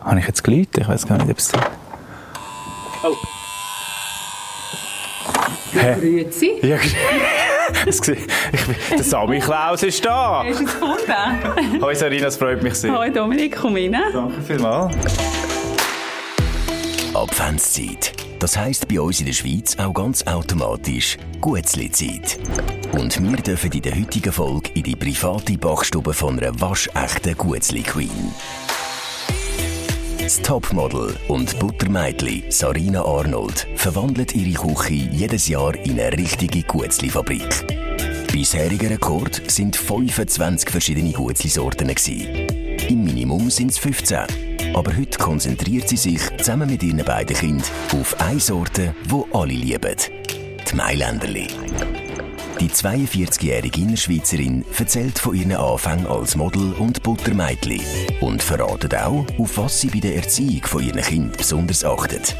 Habe ich jetzt geläutet? Ich weiß gar nicht, ob es... Oh. Hä? Grüezi. Ja, das gesehen. Ich bin- Der Sami Klaus ist da! Hast du es gefunden? Hoi Sarina, es freut mich sehr. Hoi Dominik, komm rein. Danke vielmals. Adventszeit. Das heisst bei uns in der Schweiz auch ganz automatisch Guetzli-Zeit. Und wir dürfen in der heutigen Folge in die private Backstube von einer waschechten Guetzli-Queen. Das Topmodel und Buttermeidli Sarina Arnold verwandelt ihre Küche jedes Jahr in eine richtige Guetzli-Fabrik. Bisheriger Rekord sind 25 verschiedene Guetzli-Sorten. gewesen. Im Minimum sind es 15. Aber heute konzentriert sie sich zusammen mit ihren beiden Kindern auf eine Sorte, die alle lieben. Die Mailänderli. Die 42-jährige Innerschweizerin erzählt von ihren Anfängen als Model und Buttermeidli und verratet auch, auf was sie bei der Erziehung von ihren Kindern besonders achtet.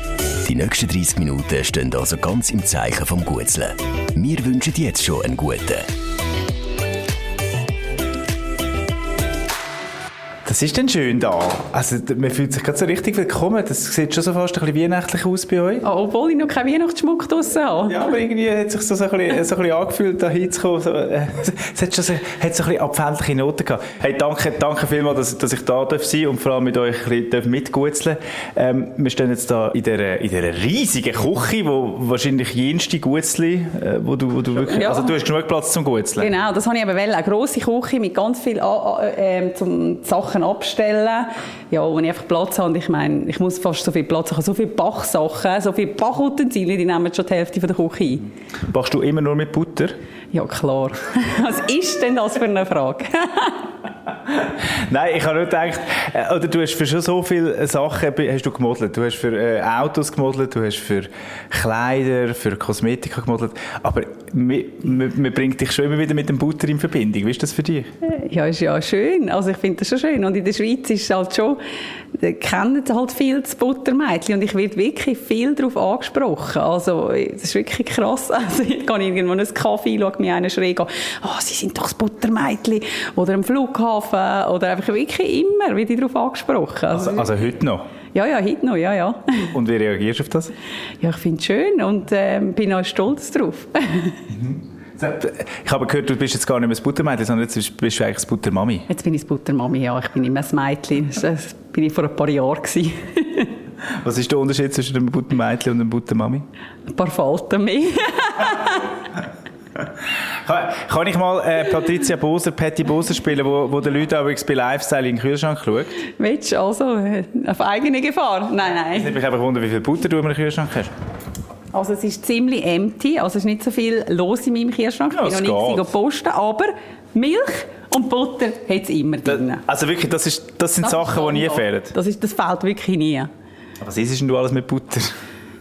Die nächsten 30 Minuten stehen also ganz im Zeichen vom Gutzeln. Wir wünschen jetzt schon einen guten. Das ist denn schön da. Also, d- man fühlt sich gerade so richtig willkommen. Das sieht schon so fast ein bisschen weihnachtlich aus bei euch. Oh, obwohl ich noch keinen Weihnachtsschmuck draussen habe. Ja, aber irgendwie hat sich so, so, ein, bisschen, so ein bisschen angefühlt, da hinzukommen. So, äh, es hat schon so, hat so ein bisschen abfällige Noten gehabt. Hey, danke, danke vielmals, dass, dass ich da darf sein und vor allem mit euch ein bisschen darf mitgutzeln ähm, Wir stehen jetzt da in dieser, in dieser riesigen Küche, wo wahrscheinlich jenste Gutzli, äh, wo du, wo du wirklich, Ja. also du hast genug Platz zum Gutzeln. Genau, das habe ich eben wollen. Eine grosse Küche mit ganz viel A- A- ähm, zum Sachen abstellen. Ja, wenn ich einfach Platz habe, und ich meine, ich muss fast so viel Platz haben, so viele Bachsachen, so viele Bachutensilien, die nehmen schon die Hälfte von der Küche ein. Machst du immer nur mit Butter? Ja, klar. Was ist denn das für eine Frage? Nein, ich habe nur gedacht, äh, oder du hast für schon so viele äh, Sachen be- hast du gemodelt. Du hast für äh, Autos gemodelt, du hast für Kleider, für Kosmetika gemodelt. Aber mi- mi- man bringt dich schon immer wieder mit dem Butter in Verbindung. Wie ist das für dich? Ja, ist ja schön. Also ich finde das schon schön. Und in der Schweiz ist halt schon, äh, kennen halt viel das Buttermädchen. Und ich werde wirklich viel darauf angesprochen. Also äh, das ist wirklich krass. Also ich gehe irgendwo in einen Kaffee, schaue mir einen schräg an. «Ah, sie sind doch das Buttermädchen. Oder am Flughafen. Oder einfach wirklich immer werde ich darauf angesprochen. Also, Also, also heute noch. ja, ja, heute noch, ja, ja. Und wie reagierst du auf das? Ja, ich finde es schön und ähm, bin auch stolz drauf. äh, Ich habe gehört, du bist jetzt gar nicht mehr das Buttermädchen, sondern jetzt bist- bist du eigentlich das Buttermami. Jetzt bin ich das Buttermami, ja. Ich bin immer das Mädchen. Das bin ich vor ein paar Jahren gewesen. Was ist der Unterschied zwischen dem Buttermädchen und dem Buttermami? Ein paar Falten mehr. Kann, kann ich mal äh, Patricia Boser, Patty Boser spielen, wo, wo den Leuten auch übrigens bei Lifestyle in den Kühlschrank schaut? Willst du also äh, auf eigene Gefahr? Nein, Ich nein. habe mich einfach wundern, wie viel Butter du im Kühlschrank hast. Also es ist ziemlich empty, also es ist nicht so viel los in meinem Kühlschrank. Ich Ja, bin es noch nicht geht. gewesen, posten, aber Milch und Butter hat es immer drin. Also wirklich, das, ist, das sind Sachen, die nie kann fehlen. noch. Das, ist, das fehlt wirklich nie. Was ist denn du alles mit Butter?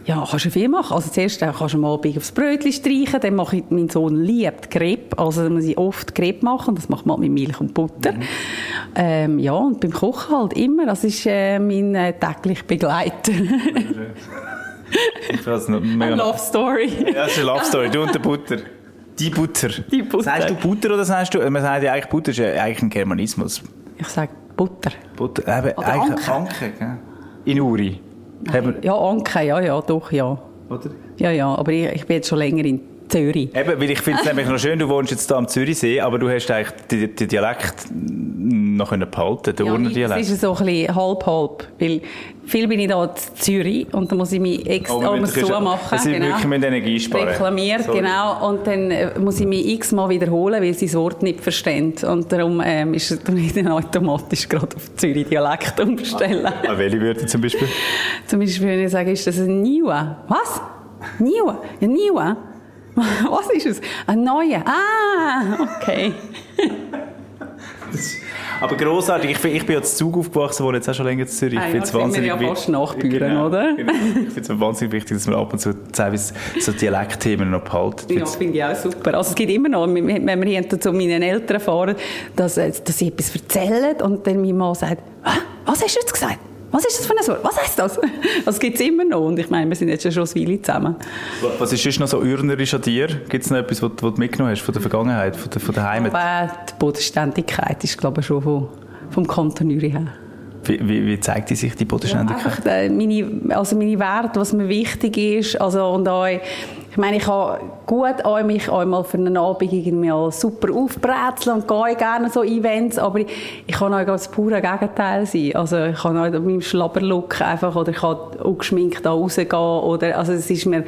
Ja, kannst du viel machen. Also zuerst äh, kannst du mal Abend aufs Brötchen streichen, dann mache ich, mein Sohn liebt Crepe, also muss ich oft Crepe machen, das macht man mit Milch und Butter. Mhm. Ähm, ja, und beim Kochen halt immer, das ist äh, mein äh, täglicher Begleiter. Ich weiß nicht, Eine mega- Love Story. Ja, das ist eine Love Story, du und der Butter. Die Butter. Die Butter. Sagst du Butter oder sagst du, man sagt ja eigentlich Butter ist ja eigentlich ein Germanismus. Ich sage Butter. Butter, eben, Oder eigentlich Anke. Anke, gell? In Uri. Haben wir- Ja, Anke, ja, ja, doch, ja. Oder? Ja, ja, aber ich, ich bin jetzt schon länger in Zürich. Eben, weil ich finde es nämlich noch schön, du wohnst jetzt hier am Zürichsee, aber du hast eigentlich den, den Dialekt noch können behalten, den Ja, Urner das Dialekt. ist so ein bisschen halb-halb, weil viel bin ich da in Zürich und dann muss ich mich extra Aber Oh, wir alles müssen- so machen. genau. Es ist wirklich mit Energie sparen. Reklamiert, Sorry. genau. Und dann äh, muss ich mich x-mal wiederholen, weil sie das Wort nicht verstehen. Und darum ähm, ist es dann nicht automatisch gerade auf Zürich-Dialekt umstellen. Ah, welche Wörter zum Beispiel? Zum Beispiel, wenn ich sage, ist das ein neuer? Was? Neuer? Ja, neuer? Was ist es? Ein neuer? Ah, okay. Aber grossartig, ich, bin- ich bin jetzt Zug aufgewachsen, wohne jetzt auch schon länger in Zürich. Ah ja, ich finde es sind wir wahnsinnig ja wi- fast Nachbarn, oder? Genau. Ich finde es wahnsinnig wichtig, dass wir ab und zu teilweise so Dialektthemen noch behalten. Ich Ja, find's- finde ich auch super. Also es gibt immer noch, wenn wir hier zu meinen Eltern fahren, dass, äh, dass sie etwas erzählen und dann mein Mann sagt, «Hä? was hast du jetzt gesagt? Was ist das für ein Wort? Was heisst das? Das gibt es immer noch. Und ich meine, wir sind jetzt schon eine Weile zusammen. Was ist sonst noch so urnerisch an dir? Gibt es noch etwas, was du was du mitgenommen hast von der Vergangenheit, von der, von der Heimat? Aber die Bodenständigkeit ist, glaube ich, schon vom, vom Kanton Uri her. Wie, wie, wie zeigt die sich die Bodenständigkeit? Ja, einfach äh, meine, also meine Werte, was mir wichtig ist. Also, und auch, ich meine, ich habe gut auch mich einmal für einen Abend irgendwie auch super aufbrezeln und gehe gerne so Events, aber ich, ich kann auch das pure Gegenteil sein. Also ich kann auch mit meinem Schlabberlook einfach oder ich kann auch geschminkt da rausgehen oder, also es ist mir,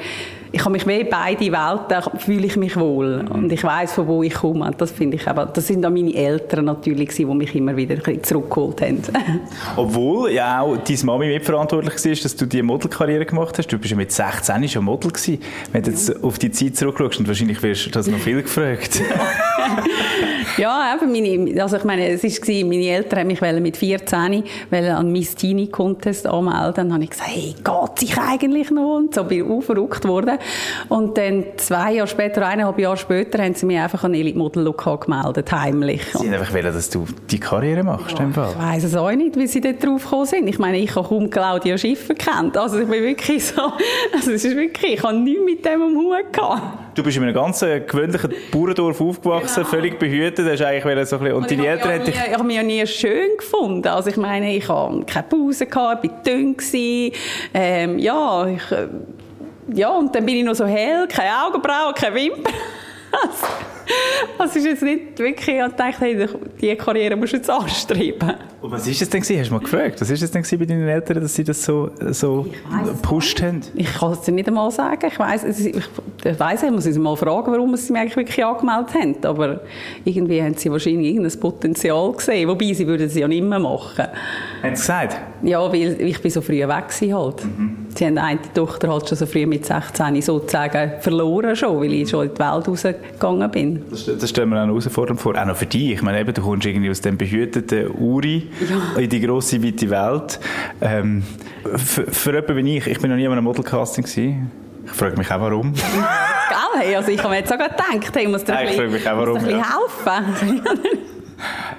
ich kann mich wie beide Welten, fühle ich mich wohl und ich weiß von wo ich komme. Und Das finde ich aber, das sind auch meine Eltern natürlich gewesen, die mich immer wieder ein bisschen zurückgeholt haben. Obwohl ja auch deine Mami mitverantwortlich war, dass du die Modelkarriere gemacht hast. Du bist ja mit 16 schon Model gewesen. Wenn du jetzt auf die Zeit zurückschaust, und wahrscheinlich wirst du das noch viel gefragt. ja, eben meine, also ich meine, es ist gewesen, meine Eltern haben mich wollen mit 14 wollen an Miss Teenie Contest anmelden. Dann habe ich gesagt, hey, geht sich eigentlich noch? Und so bin ich verrückt worden. Und dann zwei Jahre später, eineinhalb Jahre später, haben sie mich einfach an Elite Model Lokal gemeldet, heimlich. Sie haben einfach wollen, dass du die Karriere machst. im Fall. Ich weiß es auch nicht, wie sie dort drauf gekommen sind. Ich meine, ich habe kaum Claudia Schiffer kennt. Also ich bin wirklich so, also es ist wirklich, ich habe nichts mit dem am Hut gehabt. Du bist in einem ganz äh, gewöhnlichen Bauerndorf aufgewachsen, Genau. völlig behütet. Hast eigentlich wollen so ein bisschen, und deine ich Eltern habe hätten mich dich... ja nie- Ich habe mich ja nie schön gefunden. Also ich meine, ich habe keine Pause gehabt, ich war dünn. gewesen. Ähm, ja, ich, äh, ja, und dann bin ich noch so hell, keine Augenbrauen, keine Wimpern. Also, Das ist jetzt nicht wirklich, ich dachte, hey, diese Karriere musst du jetzt anstreben. Und was ist es denn gewesen? Hast du mal gefragt? Was ist es denn gewesen bei deinen Eltern, dass sie das so, äh, so weiss es gepusht haben? Ich kann es dir nicht einmal sagen. Ich weiss, es- ich, ich weiss, ich muss sie mal fragen, warum sie mich eigentlich wirklich angemeldet haben. Aber irgendwie haben sie wahrscheinlich irgendein Potenzial gesehen. Wobei, sie würden es ja nicht mehr machen. Haben sie gesagt? Ja, weil ich bin so früh weg war halt. Mhm. Sie haben eine Tochter halt schon so früh mit 16 sozusagen verloren schon, weil ich schon in die Welt rausgegangen bin. Das, das stellen wir auch noch herausfordernd vor. Auch noch für dich. Ich meine, eben, du kommst irgendwie aus dem behüteten Uri in die grosse, weite Welt. Ähm, für, für jemanden wie ich, ich bin noch nie an einem Modelcasting gewesen. Ich frage mich auch, warum. Gell? Hey, also ich habe mir jetzt auch gerade gedacht, hey, ich muss dir Hey, ein ich bisschen, frage mich auch, muss dir warum, ein bisschen helfen.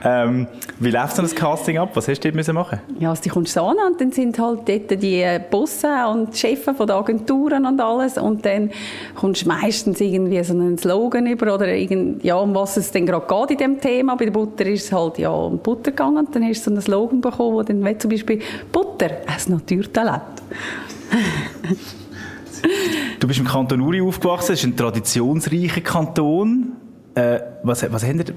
ähm, wie läuft so ein Casting ab? Was hast du dort müssen machen Ja, also die kommst du so an und dann sind halt dort die Bosse und die Chefs von den Agenturen und alles und dann kommst du meistens irgendwie so einen Slogan über oder irgend, ja, um was es denn gerade geht in dem Thema. Bei der Butter ist es halt ja um Butter gegangen und dann hast du so einen Slogan bekommen, wo dann wie zum Beispiel «Butter, ein Naturtalent». Du bist im Kanton Uri aufgewachsen. Das ist ein traditionsreicher Kanton. Äh, was, was habt ihr...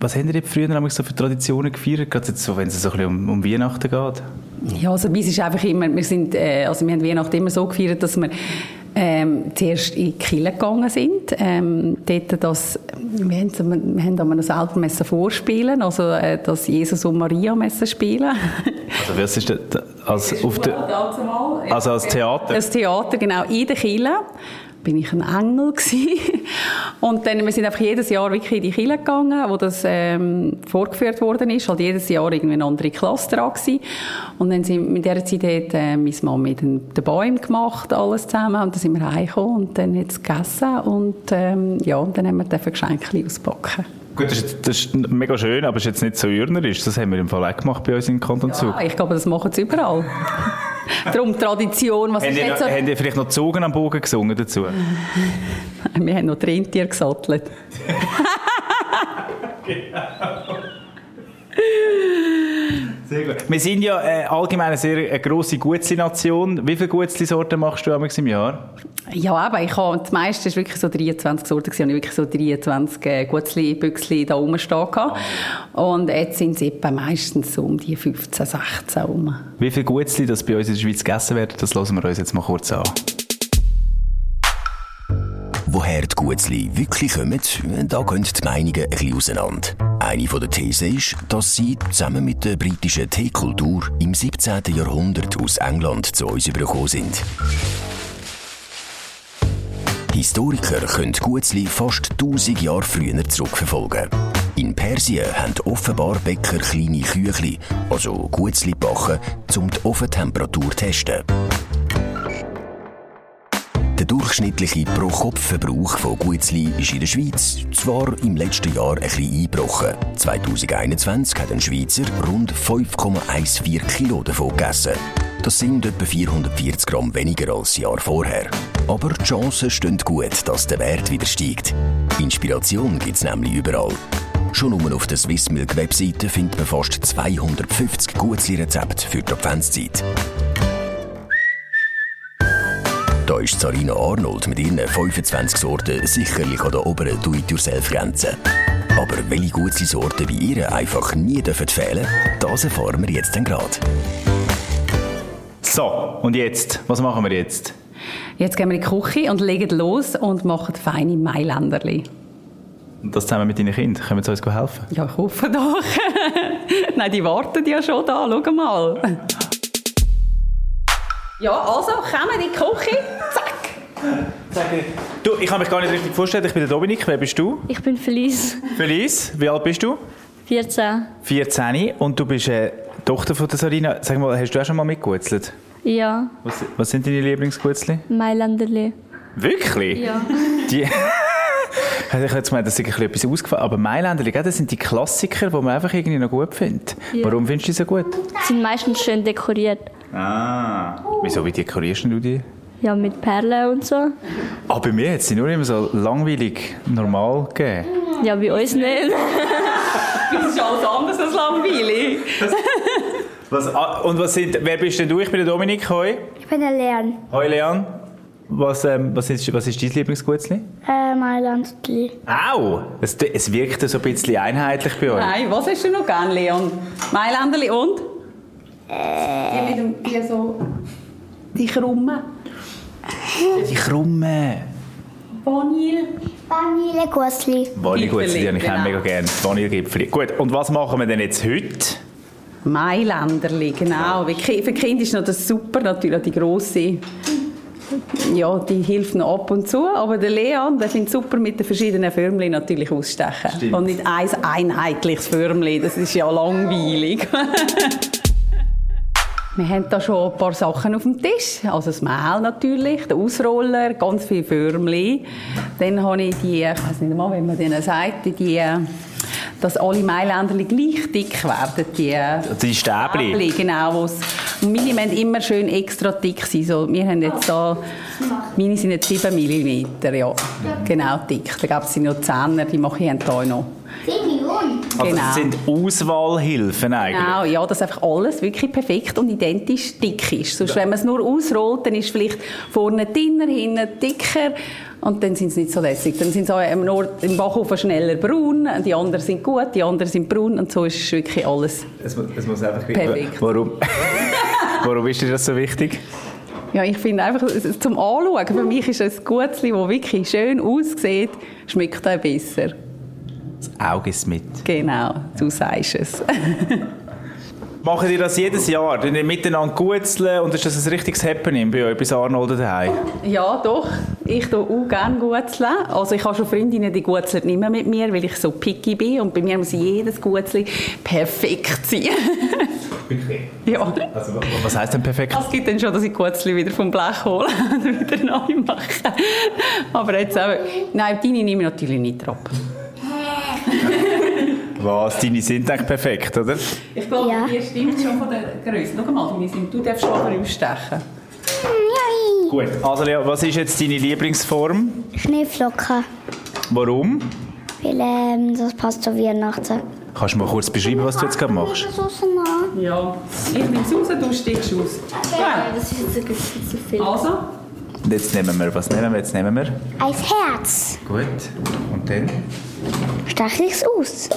Was haben ihr früher nämlich so für Traditionen gefeiert? Gerade jetzt so, wenn es so ein bisschen um, um Weihnachten geht. Ja, also bei uns ist einfach immer, wir sind, äh, also wir haben Weihnachten immer so gefeiert, dass wir ähm, zuerst in die Kirche gegangen sind. Ähm, dort, dass, wir haben, so- wir haben aber noch selber müssen vorspielen, also äh, dass Jesus und Maria müssen spielen. Also, was ist das? Als, auf der, also als Theater? Das Theater, genau, in der Kirche bin ich ein Engel gewesen. und dann wir sind einfach jedes Jahr wirklich in die Kirche gegangen, wo das ähm, vorgeführt worden ist, halt jedes Jahr irgendwie eine andere Klasse dran gewesen. und dann sind mit der Zeit hat äh, meine Mama den, den Bäum gemacht, alles zusammen und dann sind wir heimgekommen und dann hat es gegessen und ähm, ja, und dann haben wir dafür Geschenke auspacken. Gut, das ist, das ist mega schön, aber es ist jetzt nicht so urnerisch. Das haben wir im Fall auch gemacht bei uns im Kanton Zug. Ah, ich glaube, das machen sie überall. Darum Tradition, was Haben ist ihr, jetzt so? noch, haben ihr vielleicht noch Zogen am Bogen gesungen dazu? Wir haben noch die Rentier gesattelt. Sehr gut. Wir sind ja äh, allgemein eine sehr eine grosse Gutzli-Nation. Wie viele Gutzli-Sorten machst du damals im Jahr? Ja, aber ich habe, das meiste war wirklich so 23 Sorten, gewesen, und ich habe wirklich so 23 äh, Gutzli, Büchsli da rumstehen gehabt. Und jetzt sind es etwa meistens so um die 15, 16 rum. Wie viele Gutzli, das bei uns in der Schweiz gegessen werden, das lassen wir uns jetzt mal kurz an. Woher die Gutzli wirklich kommen, da gehen die Meinungen ein bisschen auseinander. Eine von der Thesen ist, dass sie zusammen mit der britischen Teekultur im 17. Jahrhundert aus England zu uns übergekommen sind. Historiker können die Gutzli fast 1000 Jahre früher zurückverfolgen. In Persien haben offenbar Bäcker kleine Küchli, also Gutzli gebacken, um die Ofentemperatur zu testen. Der durchschnittliche Pro-Kopf-Verbrauch von Guetzli ist in der Schweiz zwar im letzten Jahr ein bisschen eingebrochen. 2021 hat ein Schweizer rund 5,14 Kilo davon gegessen. Das sind etwa 440 Gramm weniger als das Jahr vorher. Aber die Chancen stehen gut, dass der Wert wieder steigt. Inspiration gibt es nämlich überall. Schon nur auf der Swissmilk-Webseite findet man fast 250 Gutzli-Rezepte für die Adventszeit. Da ist Sarina Arnold mit ihren 25 Sorten sicherlich an der oberen Do-it-yourself-Grenze. Aber welche Gutzli-Sorten bei ihr einfach nie dürfen fehlen, das erfahren wir jetzt dann gerade. So, und jetzt? Was machen wir jetzt? Jetzt gehen wir in die Küche und legen los und machen feine Mailänderli. Und das zusammen mit deinen Kindern. Können wir uns helfen? Ja, ich hoffe doch. Nein, die warten ja schon da. Schau mal. Ja, also, kommen in die Küche. Zack. Du, ich kann mich gar nicht richtig vorstellen. Ich bin der Dominik. Wer bist du? Ich bin Felice, Felice, wie alt bist du? 14. 14. Und du bist äh, Tochter von der Sarina. Sag mal, hast du auch schon mal mitgegutzelt? Ja, Was, was sind deine Lieblingsgutzli? Mailänderli. Wirklich? Ja. Die ich hätte jetzt gemeint, das sei ein bisschen etwas ausgefallen. Aber Mailänderli, gell, das sind die Klassiker, die man einfach irgendwie noch gut findet. Ja. Warum findest du die so gut? Sind meistens schön dekoriert. Ah. Wieso, wie dekorierst denn du die? Ja, mit Perlen und so. Ah, bei mir hat es die nur immer so langweilig normal gegeben. Ja, bei uns nicht. Das ist alles anders als langweilig. Was, ah, und was sind, wer bist denn du? Ich bin der Dominik, hoi. Ich bin der Leon. Hoi, Leon. Was, ähm, was, ist, was ist dein Lieblingsgutzli? Äh, Mailandli. Au! Es, es wirkt so ein bisschen einheitlich bei euch. Nein, was hast du noch gern, Leon? Mailänderli und? Die mit dem, die so... Die krummen. Die Krumme. Vanille. Vanillegusli. Vanillegipfeli, die habe ich Genau. auch mega gerne. Vanillegipfeli. Gut, und was machen wir denn jetzt heute? Mailänderli, genau. Wie Ki- Für Kinder ist noch das super, natürlich die grosse. Ja, die hilft noch ab und zu, aber der Leon, der findet super mit den verschiedenen Förmchen natürlich ausstechen. Stimmt. Und nicht ein einheitliches Förmchen, das ist ja langweilig. Wir haben da schon ein paar Sachen auf dem Tisch. Also das Mehl natürlich, der Ausroller, ganz viele Förmchen. Dann habe ich die, ich weiß nicht mal, wie man denen sagt, die, dass alle Mailänderli gleich dick werden. Die Die Stäbli. Äpfel, genau. Wo's, und meine müssen immer schön extra dick sein. So, wir haben jetzt da, meine sind jetzt 7 mm, ja. Genau, dick. Da gab es noch Zähner, die mache ich hier noch. Also Genau. das sind Auswahlhilfen eigentlich. Genau, ja, dass einfach alles wirklich perfekt und identisch dick ist. Sonst, wenn man es nur ausrollt, dann ist vielleicht vorne dünner, hinten dicker und dann sind sie nicht so lässig. Dann sind sie auch im, Nord im Backofen schneller braun, die anderen sind gut, die anderen sind braun und so ist wirklich alles. Genau. Es, mu- es muss einfach Perfekt. Warum? Warum ist dir das so wichtig? Ja, ich finde einfach, es- es- zum Anschauen, für mich ist ein Gutzli, das wirklich schön aussieht, schmeckt auch besser. Das Auge ist mit. Genau, du sagst es. Machen ihr das jedes Jahr? Tun ihr miteinander gutzeln und ist das ein richtiges Happening bei euch, bei Arnold daheim? Ja, doch. Ich tue auch gerne Gutzeln. Also ich habe schon Freundinnen, die gutzeln nicht mehr mit mir, weil ich so picky bin. Und bei mir muss jedes Gutzli perfekt sein. Wirklich? ja. Also, wa- was heisst denn perfekt? Es gibt dann schon, dass ich Gutzli wieder vom Blech hole und wieder neu mache. Aber jetzt auch... Nein, deine nehme ich natürlich nicht ab. Was? Deine sind eigentlich perfekt, oder? Ich glaube, Ja. die stimmt schon von der Größe. Schau mal, Denise, du darfst schon rausstechen. Gut. Also, Lea, was ist jetzt deine Lieblingsform? Schneeflocken. Warum? Weil ähm, das passt zu Weihnachten. Kannst du mal kurz beschreiben, was du jetzt gerade machst? Ja. Ich nehme es raus, du steckst aus. Ja. Das ist jetzt ein bisschen zu viel. Also, Und Jetzt nehmen wir, was nehmen wir? Jetzt nehmen wir. Ein Herz. Gut. Und dann? Stach ich's aus.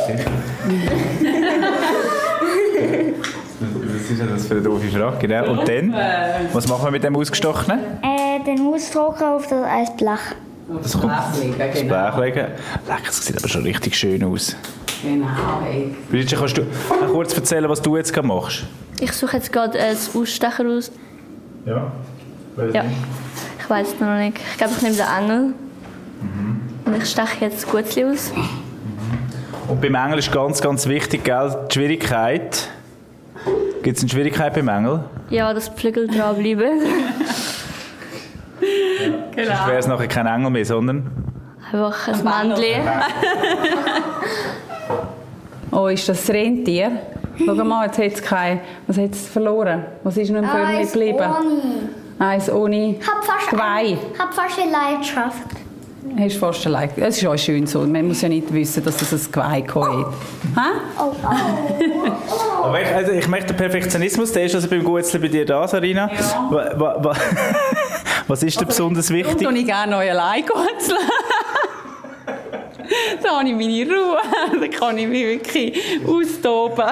Was ist denn das für eine doofe Frage? Genau. Und dann? Was machen wir mit dem Ausgestochenen? Äh, dann muss trocken auf das Eisblech. Das kommt. Blech legen, Das Blech legen. Leck, das sieht aber schon richtig schön aus. genau. Hey. Bridget, kannst du noch kurz erzählen, was du jetzt gerade machst? Ich suche jetzt gerade einen Ausstecher aus. Ja. Ja. Ich weiß noch nicht. Ich glaube, ich nehme den Engel. Und ich steche jetzt Gutzli aus. Und beim Engel ist ganz, ganz wichtig, gell? Die Schwierigkeit. Gibt es eine Schwierigkeit beim Engel? Ja, das Flügel dranbleiben. Sonst wäre es nachher kein Engel mehr, sondern... Einfach ein Männchen. Oh, ist das das Rentier? Schau mal, jetzt hat es kein... Was hat es verloren? Was ist noch Ah, im Förmchen geblieben? Eins ohne... Hab fast Zwei. Hab fast eine Leidenschaft. Hast du fast allein. Es ist auch schön so. Man muss ja nicht wissen, dass es ein Geweih hat. Hä? Oh, oh. Aber ich, also ich möchte den Perfektionismus, der ist also beim Gutzli bei dir da, Sarina. Ja. Wa- wa- wa- Was ist dir besonders Darum wichtig? tue ich gerne neu allein gutzeln. da habe ich meine Ruhe. Da kann ich mich wirklich austoben.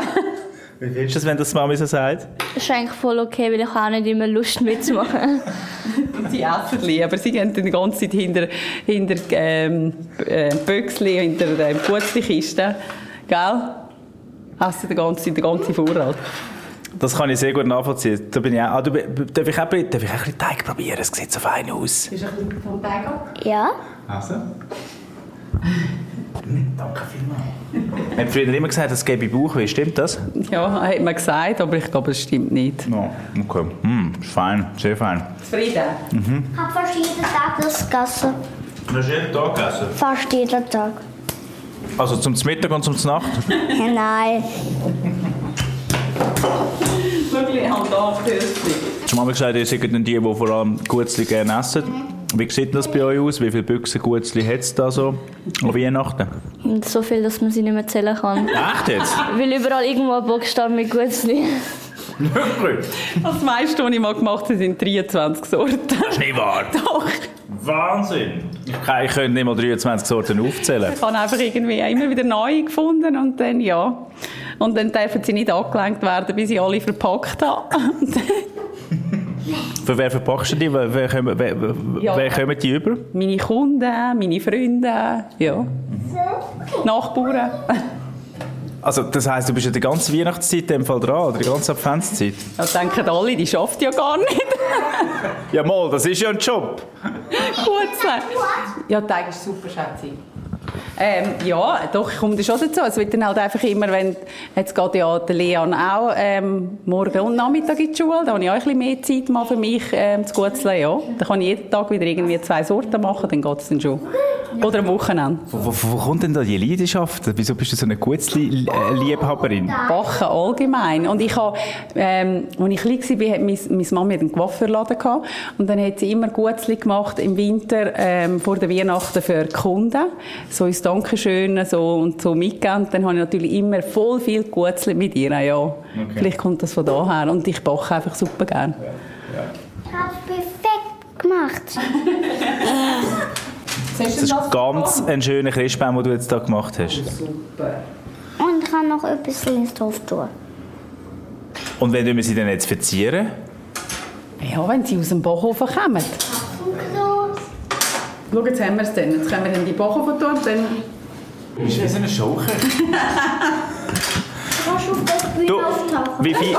Wie findest du das, wenn das die Mami so sagt? Das ist eigentlich voll okay, weil ich habe auch nicht immer Lust mitzumachen. Sie essen lieber. aber sie gehen dann die ganze Zeit hinter, hinter ähm, äh, Büchsli, hinter ähm, Gutzli-Kisten. Gell? Essen den ganzen, den ganzen Vorrat. Das kann ich sehr gut nachvollziehen. Da bin ich auch, ah, du, bi- bi- darf, ich auch, bi- darf ich auch ein bisschen Teig probieren? Es sieht so fein aus. Ja? Also? Danke vielmals. Wir haben früher immer gesagt, das gebe ich Bauchweh. Stimmt das? Ja, hat man gesagt, aber ich glaube, es stimmt nicht. No. Okay. Mm, ist fein. Sehr fein. Zufrieden? Ich habe fast jeden Tag das Gasse. Das ist jeden Tag essen. Fast jeden Tag. Also zum Mittag und zum Nacht? Ja, nein. Wirklich, halt da, Pürstli. Schon mal gesagt, ihr seid dann die, die vor allem Gutzli gerne essen. Wie sieht das bei euch aus? Wie viele Büchsen Gutzli hat es da so an Weihnachten? Und so viel, dass man sie nicht mehr zählen kann. Echt jetzt? Weil überall irgendwo ein Buchstabe mit Gutzli. Wirklich? Das meiste, was ich mal gemacht habe, sind 23 Sorten. Das ist nicht wahr. Doch. Wahnsinn! Ich, kann- ich könnte nicht mal 23 Sorten aufzählen. Ich habe einfach irgendwie immer wieder neue gefunden und dann ja. Und dann dürfen sie nicht angelenkt werden, bis ich alle verpackt habe. Für wer verpackst du die? Wer, wer, kommen- wer, wer- Ja. wer kommen die über? meine Kunden, meine Freunde, ja. Nachbarn. Also das heisst, du bist ja die ganze Weihnachtszeit in dem Fall dran, oder die ganze Adventszeit? Da denken alle, die schafft ja gar nicht. Ja mal, das ist ja ein Job. Gut sein. Ja, der ist super, Schätze. Ähm, ja, doch, ich komme da schon dazu. Es wird dann halt einfach immer, wenn, jetzt geht ja der Leon auch ähm, morgen und Nachmittag in die Schule, da habe ich auch ein bisschen mehr Zeit mal für mich ähm, zu gutzeln, ja. Da kann ich jeden Tag wieder irgendwie zwei Sorten machen, dann geht es dann schon. Oder am Wochenende. Wo, wo, wo kommt denn da die Leidenschaft? Wieso bist du so eine äh, Gutzli-Liebhaberin? Backen allgemein. Und ich habe, ähm, als ich klein war, hat meine, meine Mama hat einen Coiffeurladen gehabt. Und dann hat sie immer Gutzli gemacht im Winter, ähm, vor der Weihnachten für die Kunden. So ins Dankeschön, so und so mitgegeben. Und Dann habe ich natürlich immer voll viel Gutzli mit ihr, ja. Vielleicht kommt das von daher. Und ich backe einfach super gern. Ich habe es perfekt gemacht. Das ist ganz ein schöner Christbaum, den du jetzt da gemacht hast. Und ich habe noch etwas ins Dorf tun. Und wenn wir sie dann jetzt verzieren? Ja, wenn sie aus dem Backofen kommen. Schau, jetzt haben wir es dann. Jetzt können wir in die Backofen tun, dann... Ist wie so eine Schaukel. Du kannst auf der Bühne Du, wie viel...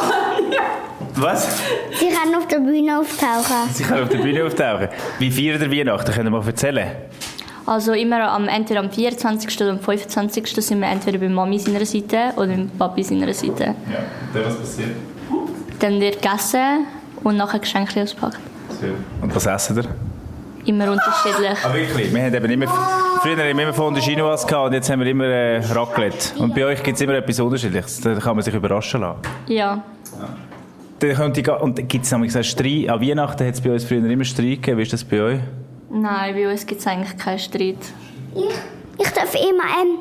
Was? Sie kann auf der Bühne auftauchen. Sie kann auf der Bühne auftauchen. Wie feiert ihr Weihnachten? Könnt ihr mal erzählen? Also immer am, entweder am 24. oder am 25. sind wir entweder bei Mami seiner Seite oder bei Papi seiner Seite. Ja, dann was passiert? Dann wird gegessen und nachher Geschenke auspackt. Und was essen ihr? Immer unterschiedlich. Ah, wirklich? Wir haben eben immer... Früher haben wir immer Fondue Chinoise gehabt und jetzt haben wir immer äh, Raclette. Und bei euch gibt es immer etwas Unterschiedliches. Da kann man sich überraschen lassen. Ja. Dann kommt die, ga- und gibt es nämlich so einen Streit. An Weihnachten hat es bei uns früher immer Streit gegeben. Wie ist das bei euch? Nein, bei uns gibt es eigentlich keinen Streit. Ich, ich darf immer ähm,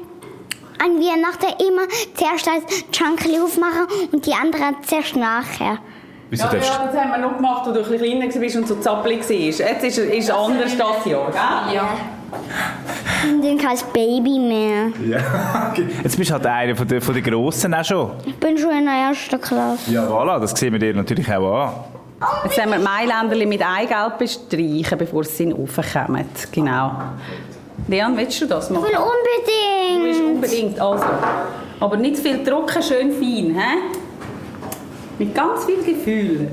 an Weihnachten immer zuerst als Chankli aufmachen und die anderen zuerst nachher. Wieso Ja, ja, darfst das haben wir noch gemacht, als du ein bisschen kleiner warst und so zappelig warst. Jetzt ist es ist anders das Jahr, gell? Ja. Und dann kein Baby mehr. Ja. Jetzt bist du halt einer von den, von den Grossen auch schon. Ich bin schon in der ersten Klasse. Ja, voilà, das sehen wir dir natürlich auch an. Jetzt haben wir die Mailänderchen mit Eigelb bestreichen, bevor sie in den Ofen kommen. Genau. Leon, willst du das Ich machen? will Du unbedingt. willst unbedingt, also. Aber nicht zu viel trocken, schön fein, hä? Mit ganz viel Gefühl.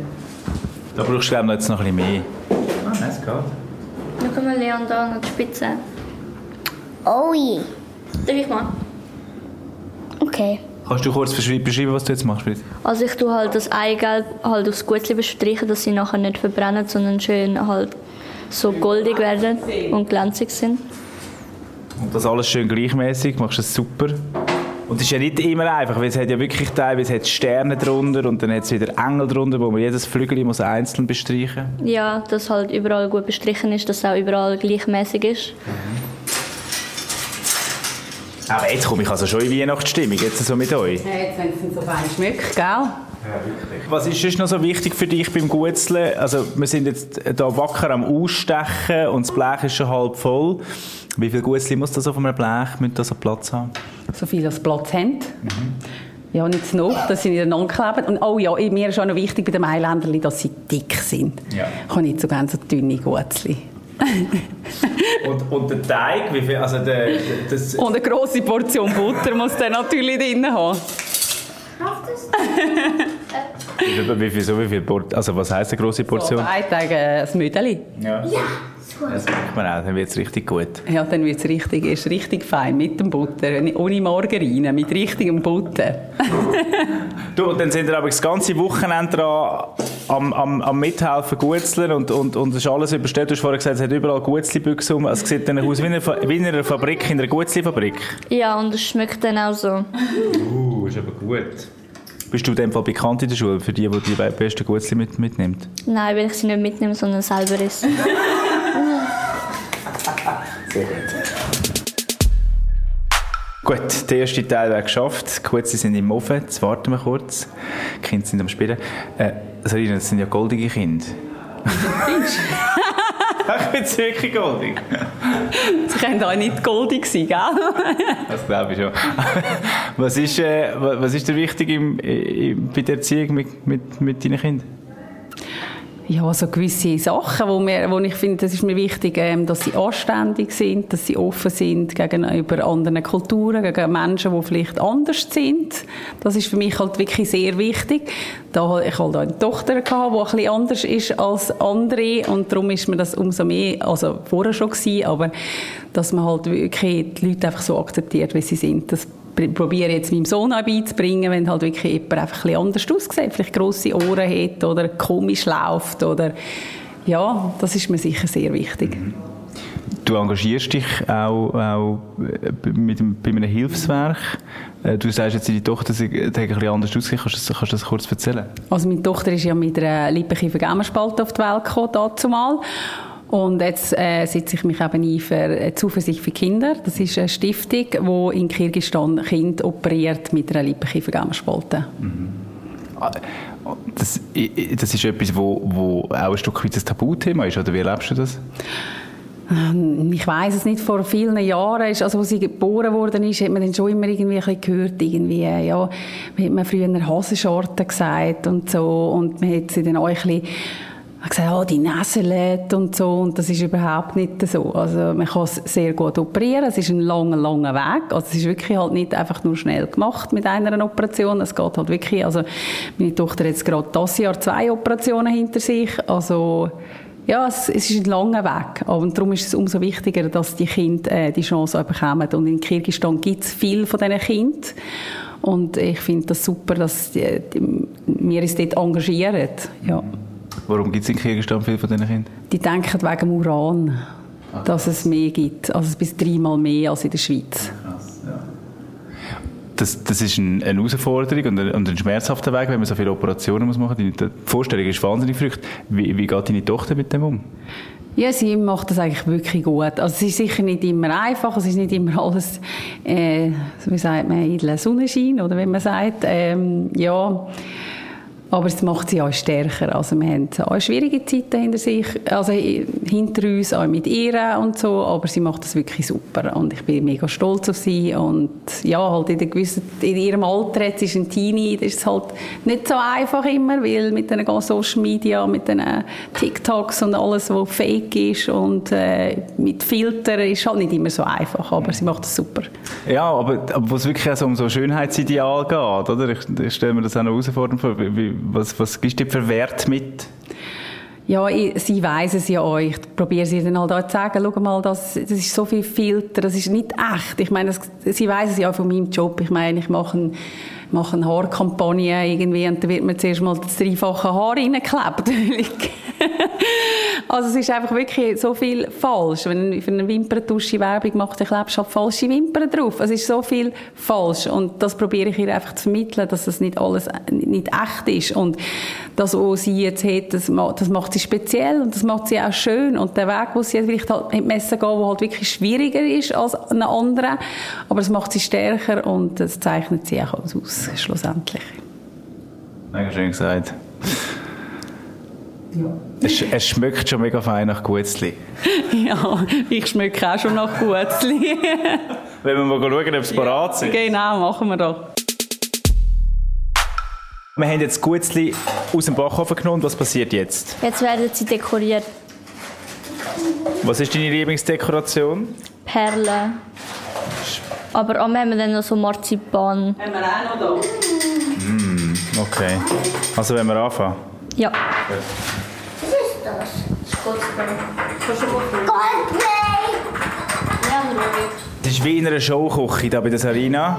Da brauchst du glaube ich, noch jetzt noch ein bisschen mehr. Ah, es geht. Schau mal, Leon, da an der Spitze. Oh je. Darf ich mal? Okay. Kannst du kurz beschrei- beschreiben, was du jetzt machst, bitte? Also ich tue halt das Eigelb halt aufs Gutli bestreichen, dass sie nachher nicht verbrennen, sondern schön halt so goldig werden und glänzig sind. Und das alles schön gleichmäßig, machst du es super. Und es ist ja nicht immer einfach, weil es hat ja wirklich teilweise hat Sterne drunter und dann hat es wieder Engel drunter, wo man jedes Flügel muss einzeln bestreichen muss. Ja, dass halt überall gut bestrichen ist, dass es auch überall gleichmäßig ist. Aber jetzt komme ich also schon in Weihnachtsstimmung, jetzt so mit euch. Hey, jetzt haben sie so fein geschmückt, gell? Was ist sonst noch so wichtig für dich beim Gutzle? Also wir sind jetzt da wacker am Ausstechen und das Blech ist schon halb voll. Wie viel Gutzli muss das auf einem Blech? Müsste das Platz haben? So viel als Platz haben. Ja, nicht zu noch, dass sie nicht ankleben. Und oh ja, mir ist auch noch wichtig bei den Mailänderli, dass sie dick sind. Ja. Ich habe nicht so ganz so dünne Gutzli. Und, und der Teig, wie viel, also der, der- das, Und eine grosse Portion Butter muss der natürlich drin haben. Schafft es? wie viel, so wie viel Port, also was heisst eine grosse So, Portion? drei Tage äh, das Müdeli. ja. So. Das merkt man auch, dann wird es richtig gut. Ja, dann wird es richtig, ist richtig fein mit dem Butter, ohne Margarine, mit richtigem Butter. Du, und dann sind wir aber das ganze Wochenende dran am, am, am Mithelfen Gutzeln und, und, und es ist alles überstellt. Du hast vorher gesagt, es hat überall Gutzlibüchse rum. Es sieht dann aus wie in einer Fa- wie in einer Fabrik, in einer Gutzlifabrik. Ja, und es schmeckt dann auch so. Uh, ist aber gut. Bist du in dem Fall bekannt in der Schule, für die, die die be- besten Gutzli mit, mitnimmt? Nein, weil ich sie nicht mitnehme, sondern selber esse. Gut, der erste Teil wäre geschafft. Die Gutzli sind im Ofen, jetzt warten wir kurz. Die Kinder sind am Spielen. Äh, Sarina, das sind ja goldige Kinder. Ich bin jetzt wirklich goldig. Sie können auch nicht goldig sein, gell? Das glaube ich schon. was, ist, äh, wa- was ist dir wichtig im, äh, bei der Erziehung mit, mit, mit deinen Kindern? Ja, so gewisse Sachen, wo, mir, wo ich finde, das ist mir wichtig, ähm, dass sie anständig sind, dass sie offen sind gegenüber anderen Kulturen, gegen Menschen, die vielleicht anders sind. Das ist für mich halt wirklich sehr wichtig. Da ha- ich halt auch eine Tochter gehabt, die ein bisschen anders ist als andere und darum ist mir das umso mehr, also vorher schon gewesen, aber dass man halt wirklich die Leute einfach so akzeptiert, wie sie sind. Das pr- probiere jetzt meinem Sohn auch beizubringen, wenn halt wirklich jemand einfach ein bisschen anders aussieht, vielleicht grosse Ohren hat oder komisch läuft oder ja, das ist mir sicher sehr wichtig. Du engagierst dich auch, auch äh, bei- mit, dem- bei einem Hilfswerk. Äh, Du sagst jetzt, deine Tochter sie- die hat ein bisschen anders ausgesehen. Kannst du das, kannst du das kurz erzählen? Also meine Tochter ist ja mit einer Lippenkäfer Gamerspalte auf die Welt gekommen, dazumal. Und jetzt äh, setze ich mich eben ein für äh, Zuversicht für Kinder. Das ist eine Stiftung, die in Kirgistan Kinder operiert mit einer Lippenkäfer Gamerspalte. Ah, Das, i- i- das ist etwas, wo, wo auch ein Stück weit ein Tabuthema ist, oder wie erlebst du das? Ähm, Ich weiß es nicht, vor vielen Jahren, ist, also als sie geboren worden ist, hat man dann schon immer irgendwie ein bisschen gehört, irgendwie, äh, ja, man hat man früher Hasenschorten gesagt und so, und man hat sie dann auch ein bisschen gesagt, oh, die Näselet und so, und das ist überhaupt nicht so. Also man kann es sehr gut operieren, es ist ein langer, langer Weg, also es ist wirklich halt nicht einfach nur schnell gemacht mit einer Operation, es geht halt wirklich, also meine Tochter hat jetzt gerade das Jahr zwei Operationen hinter sich, also ja, es, es ist ein langer Weg. Und darum ist es umso wichtiger, dass die Kinder äh, die Chance auch bekommen. Und in Kirgisistan gibt es viel von diesen Kindern. Und ich finde das super, dass die, die, wir uns dort engagieren. Ja. Warum gibt es in Kirgisistan viel von diesen Kindern? Die denken wegen dem Uran, dass es mehr gibt. Also bis dreimal mehr als in der Schweiz. Das, das ist ein, eine Herausforderung und ein, und ein schmerzhafter Weg, wenn man so viele Operationen muss machen muss. Die Vorstellung ist wahnsinnig verrückt. Wie, wie geht deine Tochter mit dem um? Ja, sie macht das eigentlich wirklich gut. Also es ist sicher nicht immer einfach, es ist nicht immer alles, äh, wie sagt man, edler Sonnenschein, oder wenn man sagt, ähm, ja. Aber es macht sie auch stärker. Also wir haben auch schwierige Zeiten hinter sich, also hinter uns, auch mit ihr und so, aber sie macht das wirklich super und ich bin mega stolz auf sie und ja, halt in, der gewissen, in ihrem Alter, jetzt ist ein Teenie, das ist halt nicht so einfach immer, weil mit den ganzen Social Media, mit den TikToks und alles, was fake ist und äh, mit Filtern ist halt nicht immer so einfach, aber sie macht das super. Ja, aber, aber wo es wirklich auch so um so Schönheitsideal geht, oder? Ich, ich stelle mir das auch noch herausfordernd vor. Wie, wie, was, was gibst du dir für Wert mit? Ja, ich, sie weiss es ja auch. Ich probiere sie dann halt auch zu sagen, schau mal, das, das ist so viel Filter, das ist nicht echt. Ich meine, das, sie weiss es ja auch von meinem Job. Ich meine, ich mache, ein, mache eine Haarkampagne irgendwie und da wird mir zuerst mal das dreifache Haar reingeklebt. also es ist einfach wirklich so viel falsch. Wenn man für eine Wimperntusche Werbung macht, dann klebst du halt falsche Wimpern drauf. Es ist so viel falsch und das probiere ich ihr einfach zu vermitteln, dass das nicht alles nicht echt ist und das, was sie jetzt hat, das, das macht sie speziell und das macht sie auch schön und der Weg, wo sie jetzt vielleicht halt mit Messen gehen, wo halt wirklich schwieriger ist als eine andere, aber es macht sie stärker und das zeichnet sie auch aus, schlussendlich. Mega schön gesagt. Ja. Es, es, schmeckt schon mega fein nach Gutzli. ja, ich schmecke auch schon nach Gutzli. Wenn wir mal schauen, ob es ja. parat ist. Genau, machen wir doch. Wir haben jetzt Gutzli aus dem Backofen genommen. Was passiert jetzt? Jetzt werden sie dekoriert. Was ist deine Lieblingsdekoration? Perlen. Aber am haben wir dann noch so Marzipan. Haben wir auch noch da. Mm, okay. Also wenn wir anfangen? Ja. Okay. Was ist das? Das Goldplay. Goldplay! Das ist wie in einer Showküche hier bei der Sarina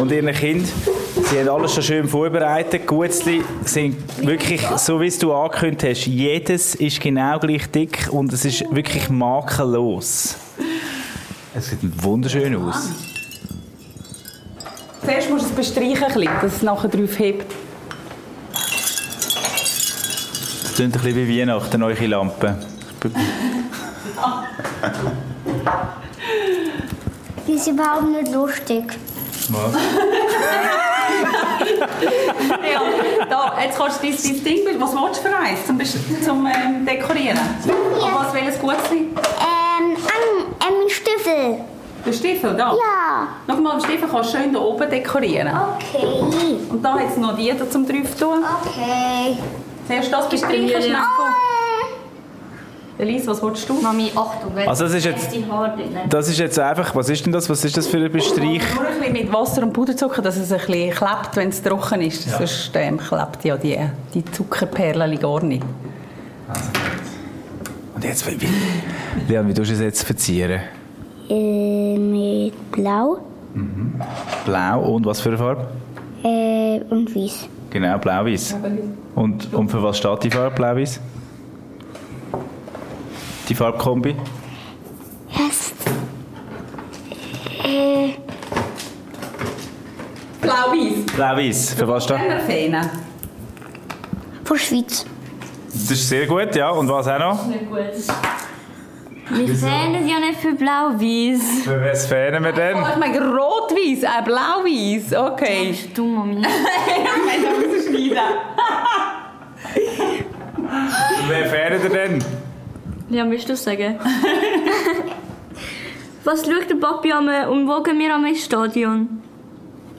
und ihren Kind. Sie haben alles schon schön vorbereitet. Gutzli sind wirklich, so wie es du angekündigt hast, jedes ist genau gleich dick und es ist wirklich makellos. Es sieht wunderschön aus. Zuerst musst du es bestreichen, ein bisschen, dass es nachher drauf hebt. Es klingt ein bisschen wie Weihnachten, eure Lampen. Die ist überhaupt nicht lustig. Was? ja, da, jetzt kannst du dein, dein Ding bilden. Was willst du für eins zum, zum ähm, Dekorieren? Ja. Und was will es gut sein? Ähm, an, ähm, Stiefel. Der Stiefel, da? Ja. Schau mal, den Stiefel kannst du schön da oben dekorieren. Okay. Und da hat es noch die da zum drauf tun. Okay. Oh. Zuerst das bestreichen, schnell. Elise, was willst du? Mami, Achtung, also das ist jetzt, das ist jetzt einfach, was ist denn das, was ist das für ein Bestreich? Nur ein bisschen mit Wasser und Puderzucker, dass es ein bisschen klebt, wenn es trocken ist. Ja. Sonst ähm, klebt ja die, die Zuckerperlen gar nicht. Also und jetzt, wie, Leon, wie tust du es jetzt verzieren? Äh, mit Blau. Mhm. Blau und was für eine Farbe? Äh, und Weiß. Genau, blau-weiß. Und, und für was steht die Farbe blau-weiß? Die Farbkombi? Yes. Äh. Blau-weiß. Blau-weiß. Für was steht? Fähne. Von Schweiz. Das ist sehr gut, ja. Und was auch noch? Nicht gut. Wir fähnen ja nicht für blau-weiß. Für was fähnen wir denn? Oh, ich meine rot-weiß, äh, blau-weiß. Okay. Das ist dumm, Mami. ich meine, das schneiden. Wer fähnen wir denn? Ja, willst du sagen? Was schaut der Papi an und wo gehen wir am Stadion?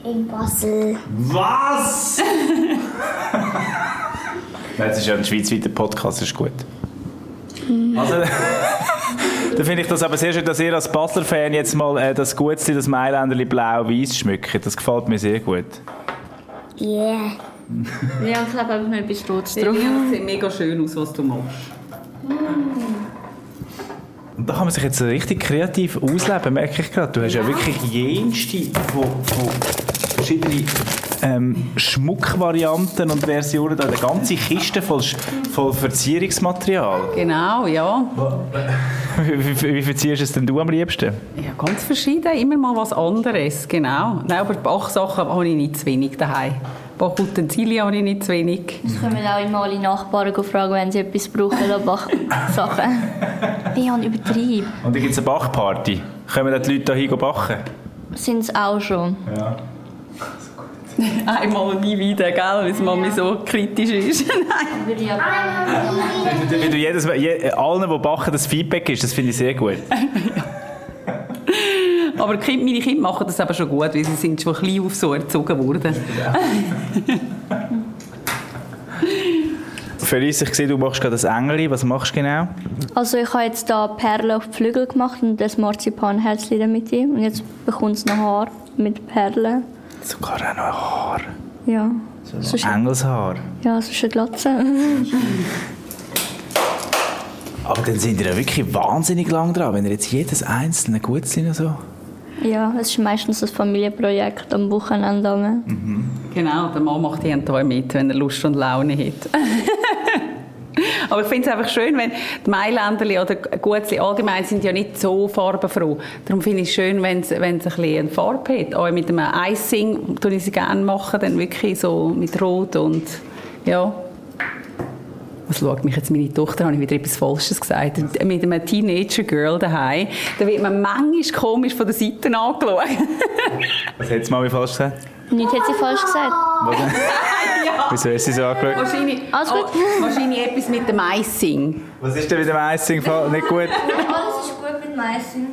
In Basel. Was? Nein, das ist ja ein schweizweiter Podcast, das ist gut. Also, da finde ich das aber sehr schön, dass ihr als Basler-Fan jetzt mal äh, das Gutste, das Mailänderli blau-weiß schmückt. Das gefällt mir sehr gut. Yeah. ja, ich glaube einfach noch etwas Rotes drauf. Das sieht mega schön aus, was du machst. Und da kann man sich jetzt richtig kreativ ausleben, merke ich gerade. Du hast ja, ja wirklich jenste von, von verschiedenen ähm, Schmuckvarianten und Versionen, da eine ganze Kiste voll, voll Verzierungsmaterial. Genau, ja. Wie, wie, wie verzierst du es denn du am liebsten? Ja, ganz verschieden, immer mal was anderes, genau. Nein, aber Bachsachen habe ich nicht zu wenig daheim. Bach Utensilien habe ich nicht zu wenig. Es können auch immer alle Nachbarn fragen, wenn sie etwas brauchen, an Bachsachen. Leon, übertrieb. Und dann gibt es eine Bachparty. Können dann die Leute hier bachen? Sind es auch schon. Ja. Einmal und nie wieder, gell? Weil es Mami so kritisch ist. Nein. Ja. Wenn du jedes Mal, je, allen, die bachen, das Feedback ist, das finde ich sehr gut. Aber Kinder, meine Kinder machen das aber schon gut, weil sie sind schon klein auf so erzogen worden. Ja. Für uns, ich sehe, du machst gerade das Engeli. Was machst du genau? Also ich habe jetzt da Perlen auf die Flügel gemacht und das Marzipanherz in der Mitte. Und jetzt bekommt es noch Haar mit Perlen. Sogar auch noch Haar? Ja. So sonst Engelshaar? Ja, sonst eine Glatze. Aber dann sind ihr ja wirklich wahnsinnig lang dran, wenn ihr jetzt jedes einzelne gut sind so. Ja, es ist meistens ein Familienprojekt am Wochenende. Mhm. Genau, der Mann macht jeden Tag mit, wenn er Lust und Laune hat. Aber ich finde es einfach schön, wenn die Mailänderli oder Gutzli allgemein sind ja nicht so farbenfroh. Darum finde ich es schön, wenn es ein bisschen eine Farbe hat. Auch mit einem Icing, tue ich sie gerne machen, dann wirklich so mit Rot und ja. Was schaut mich jetzt meine Tochter? Habe ich wieder etwas Falsches gesagt? Mit einem Teenager-Girl daheim, da wird man manchmal komisch von der Seite angeschaut. Was hat die Mami falsch gesagt? Nichts hat sie falsch gesagt. Was? ja. Wieso hast du sie so angeschaut? Wahrscheinlich, Alles gut. oh, wahrscheinlich etwas mit dem Icing. Was ist denn mit dem Icing? Fa- Nicht gut. Alles ist gut mit Meißen.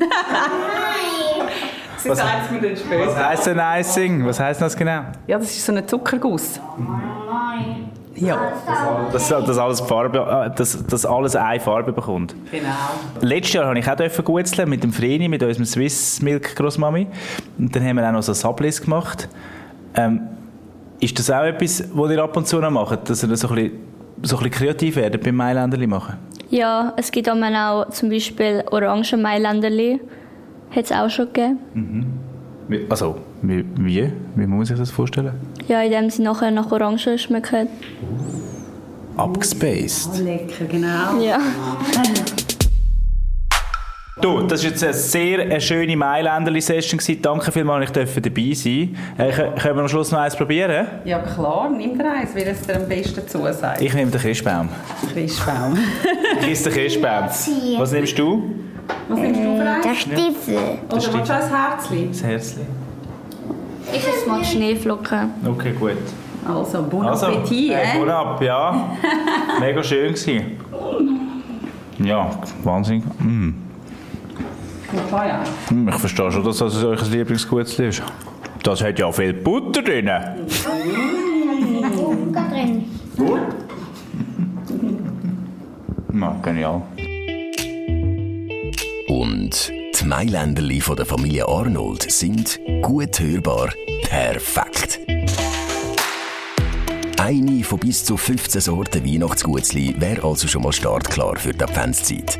Sie sagt es mir dann Was später. heisst denn Icing? Was heisst das genau? Ja, das ist so ein Zuckerguss. Ja, Dass, dass, alles, Farbe, äh, dass, dass alles eine Farbe bekommt. genau. Letztes Jahr habe ich auch dürfen gutzeln mit dem Vreni, mit unserem Swiss Milk Grossmami. Und dann haben wir auch noch so Sablis gemacht. Ähm, ist das auch etwas, was ihr ab und zu noch macht? Dass ihr so ein bisschen, so ein bisschen kreativ werdet beim Mailänderli machen? Ja, es gibt auch mal auch zum Beispiel orangen Mailänderli. Hat es auch schon gegeben. Wie- Also, wie, wie? Wie muss man sich das vorstellen? Ja, indem sie nachher nach Orangen schmecken. Abgespaced. Lecker, genau. Ja. Du, das war jetzt eine sehr eine schöne Mailänderli-Session. gewesen. Danke vielmals, dass ich dabei sein durfte. Äh, kö- können wir am Schluss noch eins probieren? Ja klar, nimm dir eins, weil es dir am besten zusagt. Ich nehme den Christbaum. Christbaum. Ich esse den Christbaum. Was nimmst du? Was nimmst Mm, du für Der eins? Stiefel. Oder willst du ein Herzchen? Das Herzchen. Ich esse mal Schneeflocken. Okay, gut. Also, bon appetit, äh, eh? gut ab, ja. Mega schön gewesen. Ja, Wahnsinn. Mm. Ja, ja. Mm, Ich verstehe schon, dass das euer Lieblingsgutzli ist. Das hat ja viel Butter drin. Zucker drin. Na, genial. Und die Mailänderli von der Familie Arnold sind gut hörbar perfekt. Eine von bis zu 15 Sorten Weihnachtsgutzli wäre also schon mal startklar für die Adventszeit.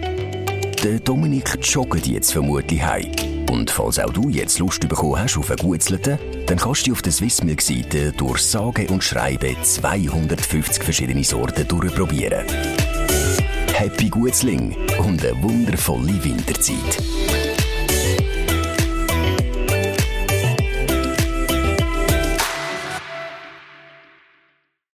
Der Dominik joggt jetzt vermutlich heim. Und falls auch du jetzt Lust bekommen hast auf einen Gutzelten, dann kannst du auf der Swissmilk-Seite durch sage und schreibe 250 verschiedene Sorten durchprobieren. Happy Gutzling und eine wundervolle Winterzeit.